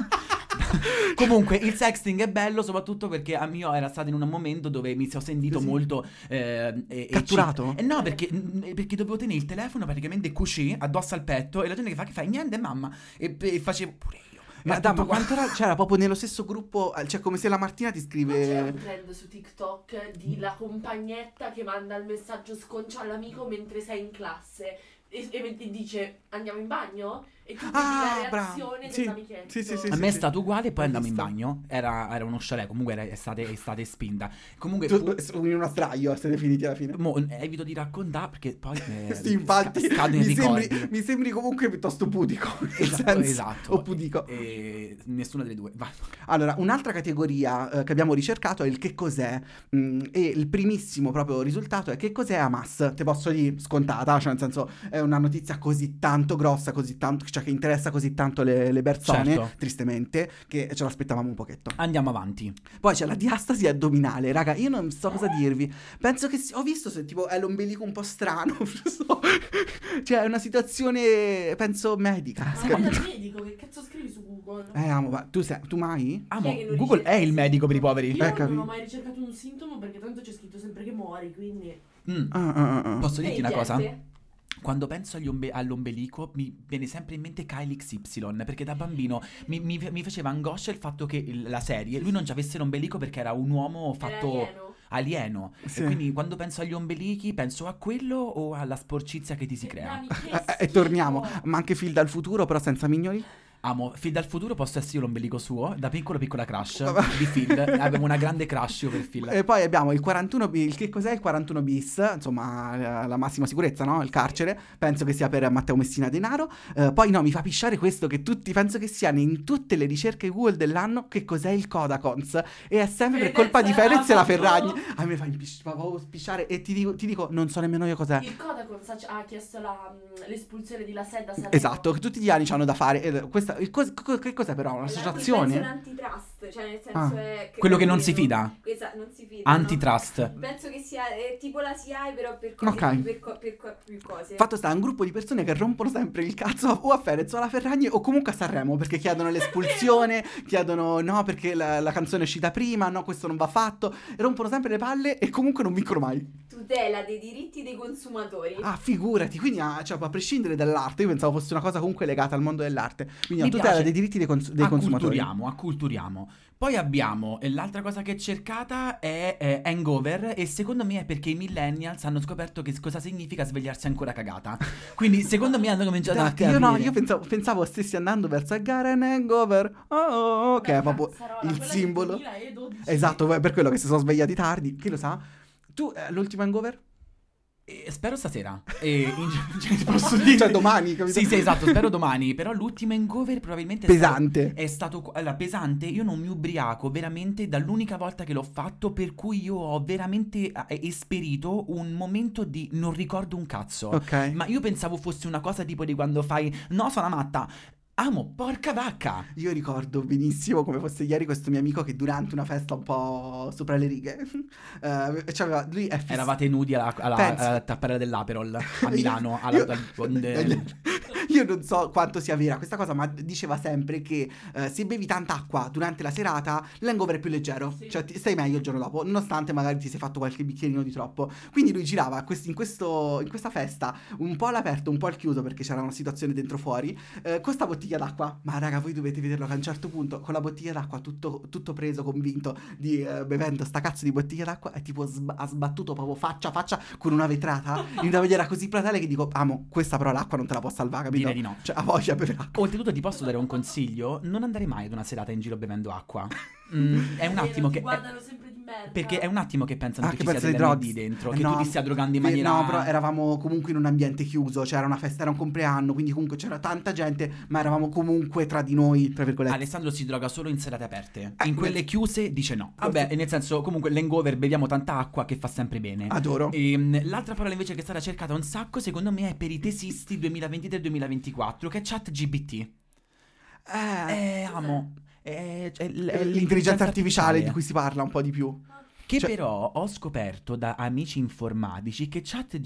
Comunque il sexting è bello soprattutto perché a mio era stato in un momento dove mi sono sentito Sì. molto eh, eh, Catturato? eh, no, perché, mm, perché dovevo tenere il telefono praticamente così addosso al petto e la gente che fa che fai niente mamma e, e facevo pure io. Ma Era damma, tutto qua- quanto era- c'era proprio nello stesso gruppo, eh, cioè come se la Martina ti Ma c'è un certo. scrive... trend su TikTok di la compagnetta che manda il messaggio sconcio all'amico mentre sei in classe e, e- e dice andiamo in bagno e tu vedi Ah, la brava. reazione Sì, dell'amichetto. sì, sì, sì, a sì. me è stato uguale e poi Ho andavo in visto. bagno. Era, era uno chalet, comunque era estate, estate spinta. Comunque fu- Tu- In uno sdraio eh, siete finiti alla fine. mo, evito di raccontare perché poi eh, Sì, infatti, sca- scado in mi ricordi. sembri, mi sembri comunque piuttosto pudico. nel Esatto, senso, esatto. O pudico. E nessuna delle due. Va. Allora, un'altra categoria eh, che abbiamo ricercato è il che cos'è. mm, e il primissimo proprio risultato è che cos'è Hamas. Te posso dire scontata, cioè nel senso, eh, è una notizia così tanto grossa, così tanto, cioè che interessa così tanto le, le persone, Certo. tristemente, che ce l'aspettavamo un pochetto. Andiamo avanti. Poi c'è la diastasi addominale, raga, io non so cosa dirvi. Penso che si- ho visto se tipo è l'ombelico un po' strano, non so. cioè è una situazione, penso, medica. Ah, Ma vai dal medico, che cazzo scrivi su Google? Eh, amo, ma tu, sei, tu mai? Amo, Chi è che lo Google riceve? è il medico per i poveri. Io eh, capi- non ho mai ricercato un sintomo perché tanto c'è scritto sempre che muori, quindi... Eh, Mm. Ah, ah, ah, ah. Posso dirti Ehi, una cosa? gente. Quando penso agli ombe- all'ombelico mi viene sempre in mente Kyle XY perché da bambino mi, mi- mi faceva angoscia il fatto che il- la serie lui non ci avesse l'ombelico perché era un uomo fatto Era alieno. alieno. Sì. E quindi quando penso agli ombelichi penso a quello o alla sporcizia che ti si crea. Eh, eh, E torniamo, ma anche Phil dal futuro, però senza mignoli. Amo, Phil dal futuro posso essere io l'ombelico suo, da piccolo piccola crush Vabbè. Cioè, di Phil. Abbiamo una grande crush io per Phil. E poi abbiamo il 41 bis, che cos'è il 41 bis? Insomma, la- la massima sicurezza, no? Il carcere, penso che sia per Matteo Messina Denaro. Eh, poi no, mi fa pisciare questo che tutti, penso che siano in tutte le ricerche Google dell'anno, che cos'è il Codacons? E è sempre per Fedez colpa di e Fedez e la la Ferragni. Ferragni. A me fa impis- fa proprio pisciare e ti dico, ti dico, non so nemmeno io cos'è. Il Kodakon sa- ha chiesto la, mm, l'espulsione di la sedda Esatto, che tutti gli anni hanno da fare. Ed- questa- il cos- co- che cos'è però? Penso è un Un'associazione? antitrust, cioè nel senso Ah. è Quello che non si fida. Esatto, non si fida. no? Antitrust. Penso che sia eh, tipo la CI però per, Ok. cose, per, co- per co- più cose. Fatto sta, un gruppo di persone che rompono sempre il cazzo o a Ferez o alla Ferragni o comunque a Sanremo perché chiedono l'espulsione, chiedono no perché la, la canzone è uscita prima, no questo non va fatto, e rompono sempre le palle e comunque non vincono mai. Tutela dei diritti dei consumatori. Ah, figurati, quindi ah, cioè, a prescindere dall'arte, io pensavo fosse una cosa comunque legata al mondo dell'arte, quindi a Mi tutela piace. dei diritti dei, cons- dei consumatori. acculturiamo, acculturiamo. Poi abbiamo, e l'altra cosa che è cercata è eh, hangover e secondo me è perché i millennials hanno scoperto che s- cosa significa svegliarsi ancora cagata. Quindi secondo me hanno cominciato a Dai, capire. io no, io pensavo, pensavo stessi andando verso il Garen Hangover. Oh, oh, oh, che Eh, è proprio il simbolo. Esatto, per quello che si sono svegliati tardi, chi lo sa. Tu, eh, l'ultimo hangover? Eh, spero stasera. E in, cioè, posso dire... Cioè, domani, capito? Sì, sì, esatto, spero domani, però l'ultimo hangover probabilmente è stato- Pesante. È stato co- allora, pesante, io non mi ubriaco veramente dall'unica volta che l'ho fatto, per cui io ho veramente eh, esperito un momento di non ricordo un cazzo. Ok. Ma io pensavo fosse una cosa tipo di quando fai No, sono matta Amo, porca vacca Io ricordo benissimo come fosse ieri questo mio amico che durante una festa un po' sopra le righe, eh, cioè aveva- lui è fiss- Eravate nudi alla, alla, Penso. alla tapparella dell'Aperol A Io- Milano alla, io- al- eh, Io non so quanto sia vera questa cosa, ma diceva sempre che eh, se bevi tanta acqua durante la serata, l'hangover è più leggero, Sì. cioè ti- stai meglio il giorno dopo, nonostante magari ti sei fatto qualche bicchierino di troppo. Quindi lui girava a quest- in, questo- in questa festa, un po' all'aperto, un po' al chiuso, perché c'era una situazione dentro fuori, eh, con questa bottiglia d'acqua. Ma raga, voi dovete vederlo che a un certo punto, con la bottiglia d'acqua, tutto, tutto preso, convinto di eh, bevendo sta cazzo di bottiglia d'acqua, è tipo sb- ha sbattuto proprio faccia a faccia con una vetrata in una maniera così platale che dico, amo, questa però l'acqua non te la può salvare, capito? Direi di no Cioè, ha voglia per acqua. Oltretutto ti posso dare un consiglio Non andare mai ad una serata in giro bevendo acqua Mm, È un attimo che è- guardano sempre di merda. Perché è un attimo che pensano Ah, che, che ci pensa sia ai dell'MD drugs. dentro Eh, Che no. tu ti stia drogando in Sì, maniera No, però eh, eravamo comunque in un ambiente chiuso, c'era una festa, era un compleanno, quindi comunque c'era tanta gente, ma eravamo comunque tra di noi, tra virgolette. Alessandro si droga solo in serate aperte Eh, Ah, In quelle chiuse dice no Vabbè, e nel senso comunque l'hangover beviamo tanta acqua che fa sempre bene Adoro. Ehm, l'altra parola invece che è stata cercata un sacco, secondo me, è per i tesisti 2023-2024, che è chat GBT. Eh, Eh, amo. È, è l- è l'intelligenza, artificiale di cui si parla un po' di più. Che cioè- però ho scoperto da amici informatici che chat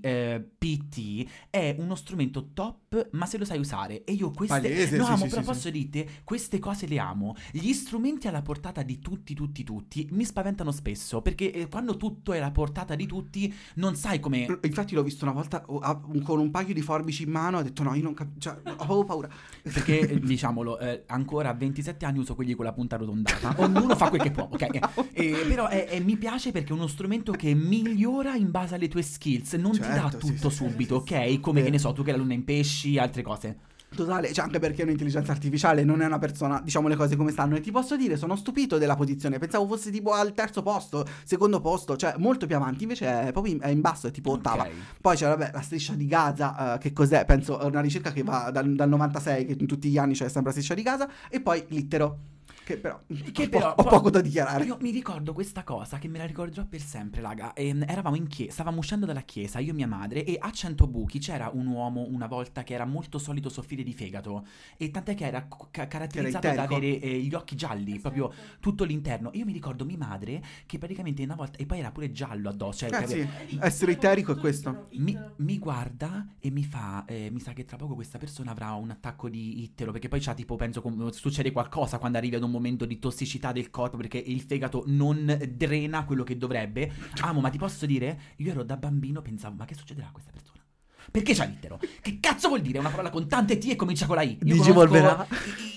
GPT è uno strumento top, ma se lo sai usare. E io queste... Palese, no, sì, amo, sì, però sì, posso dirti, queste cose le amo. Gli strumenti alla portata di tutti, tutti, tutti, mi spaventano spesso, perché eh, quando tutto è alla portata di tutti, non sai come... Infatti l'ho visto una volta oh, ah, un- con un paio di forbici in mano, ho detto no, io non capisco, cioè, ho proprio paura. Perché eh, diciamolo, eh, ancora a 27 anni uso quelli con la punta arrotondata. Ognuno fa quel che può, ok? Eh, eh, però eh, eh, mi piace perché è uno strumento che migliora in base alle tue skills, non ti Certo, dà sì, tutto sì, sì, subito, ok? Come Vero. che ne so, tu che la luna in pesci, altre cose. Totale, cioè anche perché è un'intelligenza artificiale, non è una persona, diciamo le cose come stanno. E ti posso dire, sono stupito della posizione, pensavo fosse tipo al terzo posto, secondo posto, cioè molto più avanti, invece è proprio in, è in basso, è tipo ottava. Ok. Poi c'è vabbè, la striscia di Gaza, eh, che cos'è? Penso è una ricerca che va dal, dal 96, che in tutti gli anni c'è sempre la striscia di Gaza, e poi l'ittero. Che però, Che ho, però- ho poco da dichiarare. Io mi ricordo questa cosa che me la ricorderò per sempre, raga. Ehm, eravamo in chiesa, stavamo uscendo dalla chiesa, io e mia madre, e a Cento Buchi c'era un uomo una volta che era molto solito soffrire di fegato. E tant'è che era c- ca- caratterizzato ad iterco. avere eh, gli occhi gialli, proprio Esatto. tutto l'interno. Io mi ricordo mia madre che praticamente una volta. E poi era pure giallo addosso. Cioè, Eh, capi- sì. Essere iterico è questo. mi, mi guarda e mi fa. eh, mi sa che tra poco questa persona avrà un attacco di ittero. Perché poi c'ha tipo, penso, com- succede qualcosa quando arrivi ad un momento di tossicità del corpo. Perché il fegato non drena quello che dovrebbe. Amo, ma ti posso dire? Io ero da bambino, pensavo, ma che succederà a questa persona? Perché c'ha l'ittero? Che cazzo vuol dire? È una parola con tante T e comincia con la I. Io Digivolverà. conosco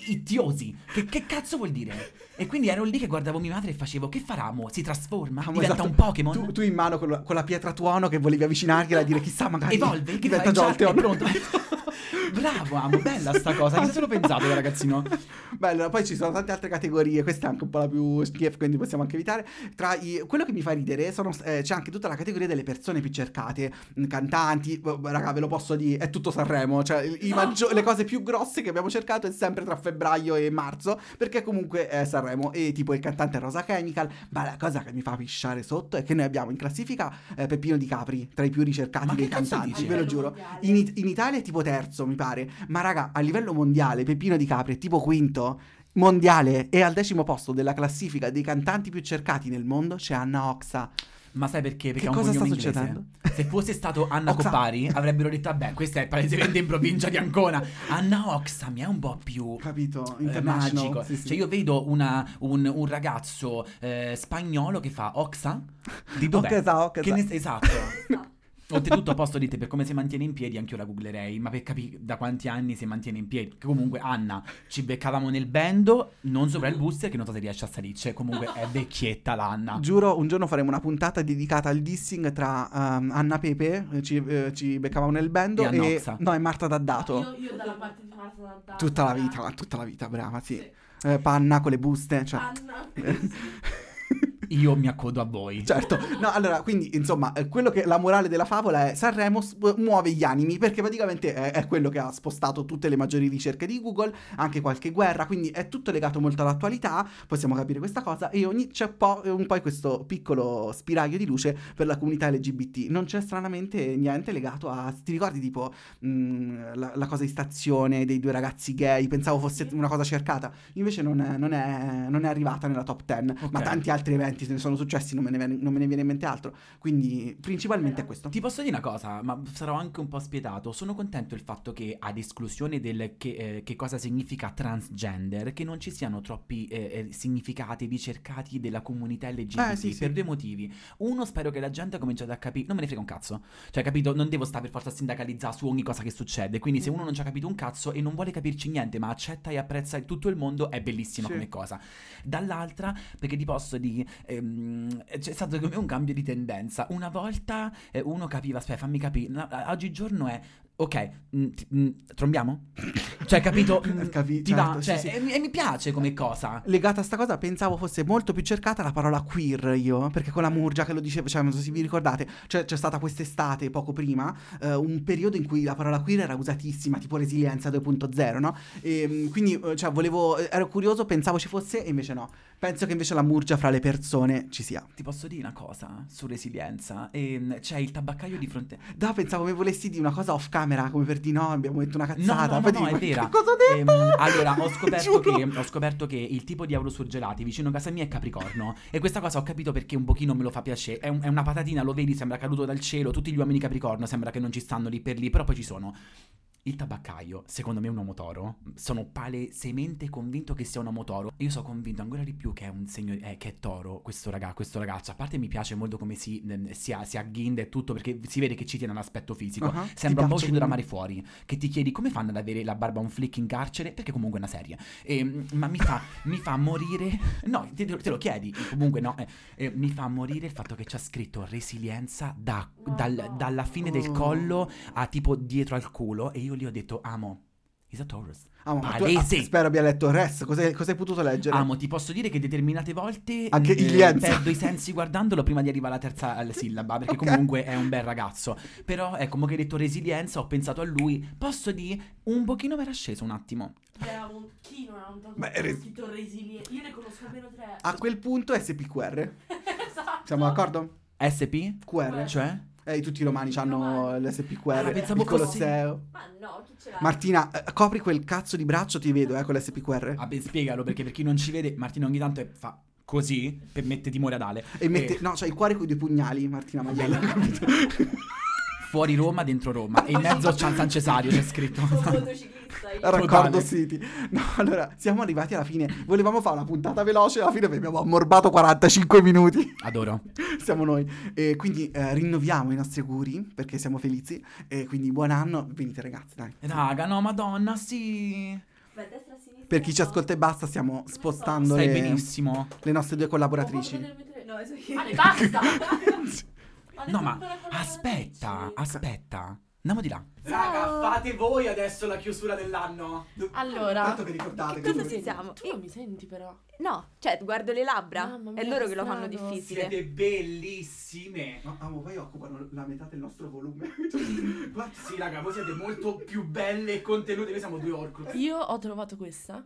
i- i- Ittiosi. Che, che cazzo vuol dire? E quindi ero lì che guardavo mia madre e facevo, che farà? mo? Si trasforma? Amo, Diventa esatto. un Pokémon? Tu, tu in mano con la, con la pietra tuono che volevi avvicinargliela e dire chissà magari Evolve, che diventa fai? Già, Jolteon. è pronto. Bravo, amo, bella sta cosa. Chissà se l'ho pensato da ragazzino. Bello, poi ci sono tante altre categorie, questa è anche un po' la più schief, quindi possiamo anche evitare. Tra i- quello che mi fa ridere sono, eh, c'è anche tutta la categoria delle persone più cercate, mh, cantanti, boh, raga, ve lo posso dire, è tutto Sanremo, cioè i- i maggio- le cose più grosse che abbiamo cercato è sempre tra febbraio e marzo, perché comunque è Sanremo e tipo il cantante è Rosa Chemical, ma la cosa che mi fa pisciare sotto è che noi abbiamo in classifica eh, Peppino Di Capri, tra i più ricercati Ma dei che cazzo cantanti, dici? Eh, ve lo giuro. In, It- in Italia è tipo terzo, mi pare. Ma raga, a livello mondiale, Peppino Di Capri è tipo quinto. Mondiale e al decimo posto della classifica dei cantanti più cercati nel mondo c'è Anna Oxa. Ma sai perché? Che Perché ha un cosa sta cognome inglese. succedendo? Se fosse stato Anna Oxa. Coppari, avrebbero detto, vabbè, questa è palesemente in provincia di Ancona. Anna Oxa mi è un po' più... Capito? eh, International. Magico. Sì, sì. Cioè, io vedo una- un, un ragazzo eh, spagnolo che fa Oxa? Di dov'è? Oxa, Oxa. Che ne- esatto. No. Oltretutto, a posto di te, per come si mantiene in piedi, anche io la googlerei, ma per capire da quanti anni si mantiene in piedi. Che comunque, Anna, ci beccavamo nel bando, non sopra il booster, che non so se riesce a salirci. Comunque, è vecchietta l'Anna. Giuro, un giorno faremo una puntata dedicata al dissing tra ehm, Anna Pepe, eh, ci, eh, ci beccavamo nel bando, E Anna e, Oxa. no, e Marta D'Addato. Io, io dalla parte di Marta D'Addato. Tutta la vita, ma tutta la vita, brava, sì. Sì. Ah. Eh, panna con le buste, cioè. Anna. Io mi accodo a voi. Certo, no, allora, quindi, insomma, eh, quello che la morale della favola è Sanremo sp- muove gli animi, perché praticamente è, è quello che ha spostato tutte le maggiori ricerche di Google, anche qualche guerra, quindi è tutto legato molto all'attualità, possiamo capire questa cosa, e ogni, c'è po- un po' questo piccolo spiraglio di luce per la comunità LGBT. Non c'è stranamente niente legato a, ti ricordi tipo mh, la, la cosa di stazione dei due ragazzi gay, pensavo fosse una cosa cercata, invece non è, non è- non è arrivata nella top 10, ma Ok. tanti altri eventi se ne sono successi, non me ne, ven- non me ne viene in mente altro, quindi principalmente è questo. Ti posso dire una cosa, ma sarò anche un po' spietato. Sono contento del fatto che, ad esclusione del che, eh, che cosa significa transgender, che non ci siano troppi eh, eh, significati ricercati della comunità LGBT Eh, sì, sì. per due motivi. Uno, spero che la gente ha cominciato a capire. Non me ne frega un cazzo. Cioè, capito? Non devo stare per forza a sindacalizzare su ogni cosa che succede. Quindi, se uno non ci ha capito un cazzo e non vuole capirci niente, ma accetta e apprezza il- tutto il mondo, è bellissima Sì. come cosa. Dall'altra, perché ti posso dire, ehm, c'è stato come un cambio di tendenza. Una volta eh, uno capiva, aspetta, fammi capire. No, a- oggigiorno è. Ok, mm, ti- mm, trombiamo? Cioè, capito? Mm, Capi- ti va? certo, sì, Cioè, sì. E, mi- e mi piace come cosa. Legata a sta cosa pensavo fosse molto più cercata la parola queer io, perché con la Murgia che lo diceva, cioè non so se vi ricordate, cioè, c'è stata quest'estate poco prima, eh, un periodo in cui la parola queer era usatissima, tipo resilienza 2.0, no? E, mm, quindi eh, cioè, volevo, ero curioso, pensavo ci fosse e invece no. Penso che invece la Murgia fra le persone ci sia. Ti posso dire una cosa su resilienza? Ehm, c'è il tabaccaio di fronte. No, pensavo mi volessi dire una cosa off camera, come per di no, abbiamo detto una No, cazzata. no, no, poi no, dico, è "Ma vera. Che cosa ho detto? Ehm, allora, ho scoperto, Giuro. che, ho scoperto che il tipo di auro surgelati vicino a casa mia è Capricorno. E questa cosa ho capito perché un pochino me lo fa piacere. È, un- è una patatina, lo vedi, sembra caduto dal cielo. Tutti gli uomini Capricorno sembra che non ci stanno lì per lì, però poi ci sono. Il tabaccaio, secondo me è un uomo toro. Sono palesemente convinto che sia un uomo toro. Io sono convinto ancora di più che è un segno. eh, che è toro questo, raga, questo ragazzo. A parte mi piace molto come si, ehm, si, a- si agghinda e tutto, perché si vede che ci tiene all'aspetto fisico. Ah, ti Sembra un po' piace uscito da quindi? mare fuori. Che ti chiedi come fanno ad avere la barba un flick in carcere, perché comunque è una serie. Ehm, ma mi fa, mi fa morire. No, te, te lo chiedi. Comunque no. eh, eh, mi fa morire il fatto che c'ha scritto resilienza da- dal- dalla fine del Oh. collo a tipo dietro al culo. E io lì ho detto, amo. He's a Taurus. Amo, ma tu- Palese. ah, spero abbia letto il resto. Cos'hai, cos'hai potuto leggere? Amo, ti posso dire che determinate volte Anche eh, Ilienza. perdo i sensi guardandolo prima di arrivare alla terza alla sillaba, perché Ok. comunque è un bel ragazzo. Però, ecco, mo che hai detto resilienza, ho pensato a lui. Posso dire, un pochino mi era sceso un attimo. Era un chino, era un Beh, re- scritto resilienza. Io ne conosco almeno tre. A quel punto SPQR. esatto. Siamo d'accordo? SP? QR. Cioè? Eh, tutti i romani hanno Romani. l'SPQR. Ah, pensavo il Colosseo. Ma no, chi ce l'ha? Martina, eh, copri quel cazzo di braccio, ti vedo, eh, con l'SPQR. Ah, beh, spiegalo, perché per chi non ci vede, Martino ogni tanto è- fa così per mettere timore ad Ale. E mette, Eh, no, cioè il cuore con i due pugnali, Martina Maiella, capito? fuori Roma, dentro Roma. E in mezzo c'è San Cesario, c'è scritto. Sono un motociclista. Io. Totale. Raccordo City. No, allora, siamo arrivati alla fine. Volevamo fare una puntata veloce, alla fine abbiamo ammorbato 45 minuti. Adoro. siamo noi. E quindi eh, rinnoviamo i nostri auguri, perché siamo felici. E quindi buon anno. Venite ragazzi, dai. Raga, no, madonna, sì. Ma a destra, a sinistra, Per chi ci no. ascolta e basta, stiamo spostando Stai le, benissimo. le nostre due collaboratrici. No. No, so io. Ale, Ah, basta! Ale, No, ma sono ancora aspetta, collaboratrici. aspetta. Andiamo di là. Raga, fate voi adesso la chiusura dell'anno. Allora, Tanto vi ricordate che cosa voi si- siamo? Tu non mi senti però. No, cioè, guardo le labbra. Mamma mia, è loro che che lo fanno strano. difficile. bellissime. No, amo, poi occupano la metà del nostro volume. Guarda, Sì, raga, voi siete molto più belle e contenute. Noi siamo due orco. Io ho trovato questa,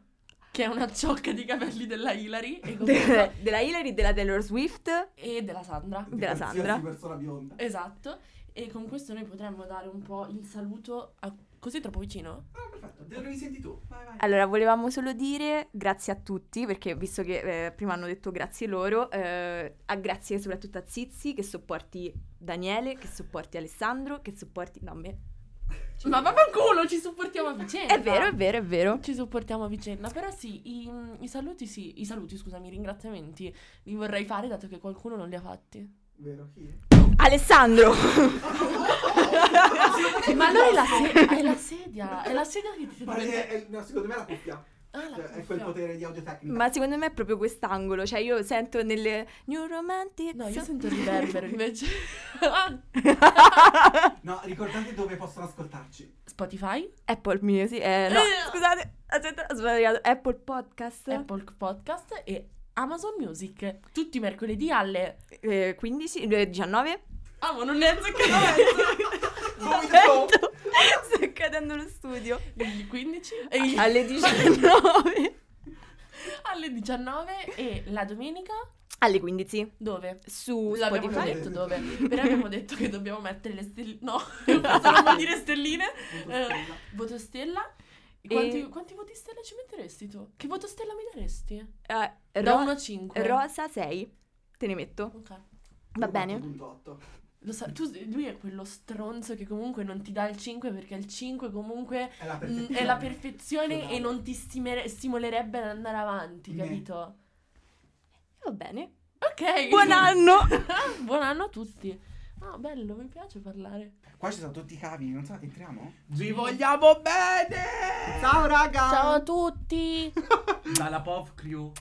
che è una ciocca di capelli della Hilary e, con questa- De- della Hillary, della Taylor Swift. e della Sandra. di Della Cioè, qualsiasi Sandra. persona bionda. Esatto. E con questo noi potremmo dare un po' il saluto a... Così troppo vicino? Ah, perfetto, te lo risenti tu. Vai, vai. Allora, volevamo solo dire grazie a tutti, perché visto che eh, prima hanno detto grazie loro, eh, a grazie soprattutto a Zizi che sopporti Daniele, che sopporti Alessandro, che sopporti... No, me. Ma vaffanculo, ci supportiamo a vicenda! È vero, è vero, è vero. Ci supportiamo a vicenda, però sì, i, i saluti sì, i saluti scusami, i ringraziamenti li vorrei fare dato che qualcuno non li ha fatti. Vero, chi è? Alessandro! Ma allora è la, se- è la sedia, è la sedia che ti Ma è- è- no, secondo me è la cuffia. Ah, la Cioè, è quel cuffia. potere di audiotecnica. Ma secondo me è proprio quest'angolo, cioè io sento nelle New Romantic... No, io sento il riverbero invece. Ah, No, ricordate dove possono ascoltarci. Spotify, Apple Music, eh, no, Eh. scusate, aspetta, ho sbagliato. Apple Podcast, Apple Podcast e Amazon Music. Tutti i mercoledì alle... eh, 15, eh, 19. Ah, ma non ne azzeccato Certo. Subito! Sta cadendo lo studio. Il 15 Ah, e il- Alle 19. alle 19 e la domenica Alle 15. dove? Su L'abbiamo già Spotify. detto dove, però abbiamo detto che dobbiamo mettere le stelline. No, non dire stelline. Eh, voto stella. Quanti, E- quanti voti stella ci metteresti tu? Che voto stella mi daresti? Eh, da ro- 1 a 5. rosa 6. Te ne metto. Ok. Va bene? 4.8. Lo sa- tu- lui è quello stronzo che comunque non ti dà il 5 perché il 5 comunque È la mm, perfezione. è la perfezione Totale. e non ti stimere- stimolerebbe ad andare avanti, Mm. capito? Va bene. Ok. Buon anno! Buon anno a tutti. Ah, bello, mi piace parlare. Qua ci sono tutti i cavi, non so, entriamo? Vi vogliamo bene. Ciao raga! Ciao a tutti. Dalla Pop Crew.